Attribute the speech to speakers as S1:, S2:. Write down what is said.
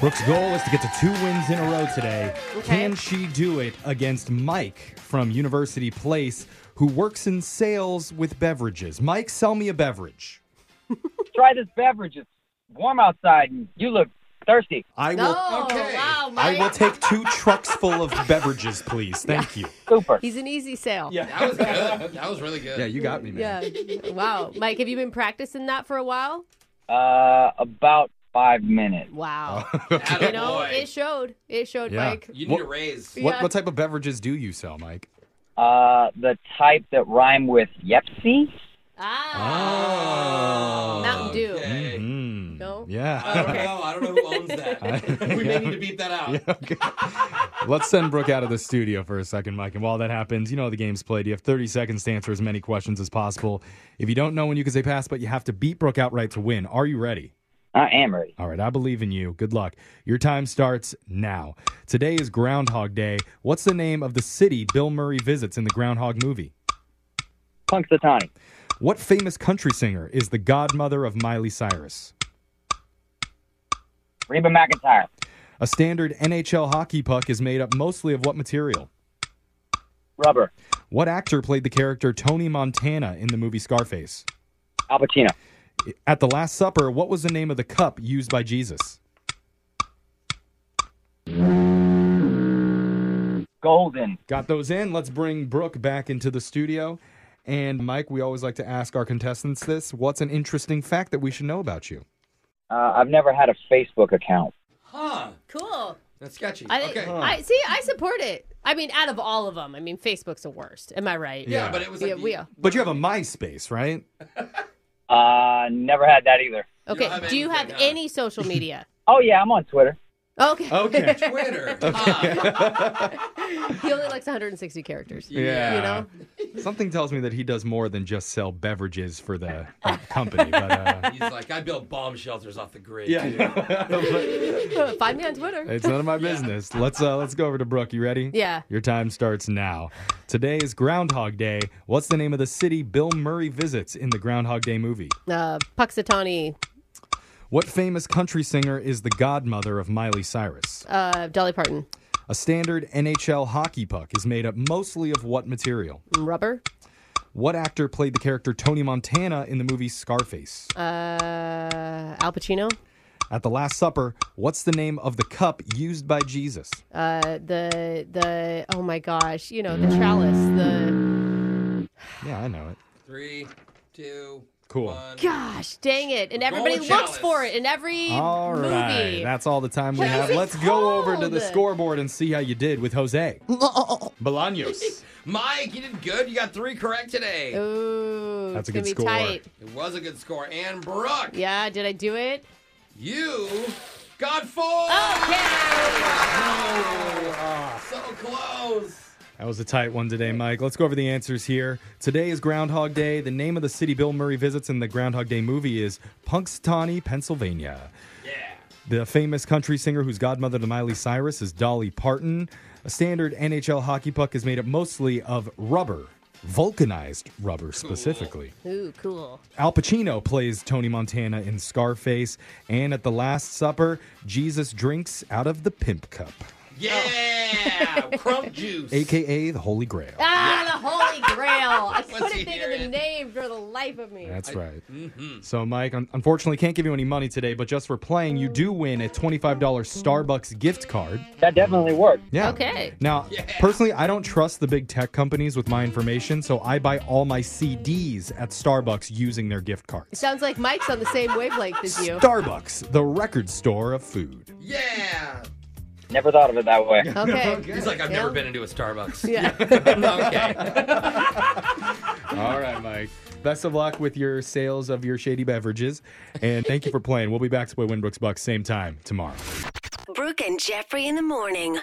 S1: Brooke's goal is to get to two wins in a row today.
S2: Okay.
S1: Can she do it against Mike from University Place, who works in sales with beverages? Mike, sell me a beverage.
S3: Try this beverage. It's warm outside, and you look thirsty.
S1: I
S2: No.
S1: will.
S2: Oh, Wow,
S1: I
S2: Mike.
S1: will take two trucks full of beverages, please. Thank you.
S3: Super.
S2: He's an easy sale.
S1: Yeah.
S4: That was good. That was really good.
S1: Yeah, you got me, man.
S2: Yeah. Wow. Mike, have you been practicing that for a while?
S3: Uh, about five minutes.
S2: Wow.
S4: Atta
S2: You know,
S4: boy.
S2: it showed. It showed,
S1: Oh. Yeah.
S2: Mike.
S4: You need
S1: What-
S4: a raise.
S1: What,
S2: Yeah.
S1: what type of beverages do you sell, Mike?
S3: Uh, the type that rhyme with Yepsy.
S1: Oh.
S2: Ah. Oh. Mountain Dew.
S4: Okay.
S1: Mm,
S2: No?
S1: Yeah.
S4: I don't know. I don't know who owns that. we may need to beat that out.
S1: Okay. Let's send Brooke out of the studio for a second, Mike. And while that happens, you know how the game's played. You have 30 seconds to answer as many questions as possible. If you don't know when you can say pass, but you have to beat Brooke outright to win. Are you ready?
S3: I am ready.
S1: All right, I believe in you. Good luck. Your time starts now. Today is Groundhog Day. What's the name of the city Bill Murray visits in the Groundhog movie?
S3: Punxsutawney.
S1: What famous country singer is the godmother of Miley Cyrus?
S3: Reba McIntyre.
S1: A standard NHL hockey puck is made up mostly of what material?
S3: Rubber.
S1: What actor played the character Tony Montana in the movie Scarface?
S3: Al Pacino.
S1: At the Last Supper, what was the name of the cup used by Jesus?
S3: Golden.
S1: Got those in. Let's bring Brooke back into the studio. And Mike, we always like to ask our contestants this what's an interesting fact that we should know about you?
S3: Uh, I've never had a Facebook account.
S4: Huh.
S2: Cool.
S4: That's sketchy.
S2: I,
S4: okay.
S2: I see. I support it. I mean, out of all of them, I mean, Facebook's the worst. Am I right?
S4: yeah,
S1: yeah.
S4: but it was like
S2: Yeah,
S4: you-
S2: we
S4: you
S2: are.
S1: But you have a MySpace, right?
S3: Uh, never had that either.
S4: don't
S2: Okay.
S4: have
S2: Do you have
S4: anything, huh?
S2: any social media?
S3: Oh yeah, I'm on Twitter.
S2: Okay.
S1: Okay.
S4: Twitter. Huh.
S2: he only likes 160 characters.
S1: Yeah.
S2: You know?
S1: Something tells me that he does more than just sell beverages for the for the company. But, uh,
S4: He's like, I built bomb shelters off the grid.
S1: yeah.
S2: Find me on Twitter.
S1: It's none of my business. Let's uh, let's go over to Brooke. You ready?
S2: Yeah.
S1: Your time starts now. Today is Groundhog Day. What's the name of the city Bill Murray visits in the Groundhog Day movie?
S2: Uh, Puxatawny,
S1: What famous country singer is the godmother of Miley Cyrus?
S2: uh, Dolly Parton,
S1: A standard NHL hockey puck is made up mostly of what material?
S2: Rubber,
S1: What actor played the character Tony Montana in the movie Scarface?
S2: uh, Al Pacino,
S1: At the Last Supper, what's the name of the cup used by Jesus?
S2: uh, the the oh my gosh, you know the trellis, the
S1: Yeah, I know it.
S4: Three, two,
S1: Cool.
S4: one.
S2: gosh, dang it! And everybody
S4: Golden
S2: looks
S4: trellis.
S2: for it in every
S1: All
S2: movie.
S1: right, that's all the time we
S2: What
S1: have.
S2: is it
S1: Let's go over to
S2: called?
S1: the scoreboard and see how you did with Jose Bolaños.
S4: Mike, you did good. You got three correct today.
S2: Oh. Ooh,
S1: That's a
S2: it's
S1: good
S2: gonna be
S1: score.
S2: tight.
S4: It was a good score. And Brooke,
S2: Yeah, did I do it?
S4: you got four.
S2: Oh. Okay.
S4: Oh, so close.
S1: That was a tight one today, Mike. Let's go over the answers here. Today is Groundhog Day. The name of the city Bill Murray visits in the Groundhog Day movie is Punxsutawney, Pennsylvania.
S4: Yeah.
S1: The famous country singer who's godmother to Miley Cyrus is Dolly Parton. A standard NHL hockey puck is made up mostly of rubber, vulcanized rubber specifically.
S2: Ooh, cool.
S1: Al Pacino plays Tony Montana in Scarface. And at the Last Supper, Jesus drinks out of the pimp cup,
S4: Yeah. Crump juice.
S1: aka the Holy Grail.
S2: Ah, the Holy Grail. I
S4: Once
S2: couldn't
S4: you
S2: think
S4: hear
S2: of the
S4: it.
S2: name for the life of me.
S1: That's right. So, Mike, un- unfortunately, can't give you any money today, but just for playing, you do win a $25 Starbucks gift card.
S3: That definitely worked.
S1: Yeah.
S2: Okay.
S1: Now, personally, I don't trust the big tech companies with my information, so I buy all my CDs at Starbucks using their gift cards.
S2: Sounds like Mike's on the same wavelength as you.
S1: Starbucks, the record store of food.
S4: Yeah.
S3: Never thought of it that way.
S2: Okay.
S4: He's like, I've never
S2: Yeah.
S4: been into a Starbucks.
S2: Yeah.
S4: okay.
S1: All right, Mike. Best of luck with your sales of your shady beverages. And thank you for playing. We'll be back to play Winbrook's Bucks same time tomorrow.
S5: Brooke and Jeffrey in the morning.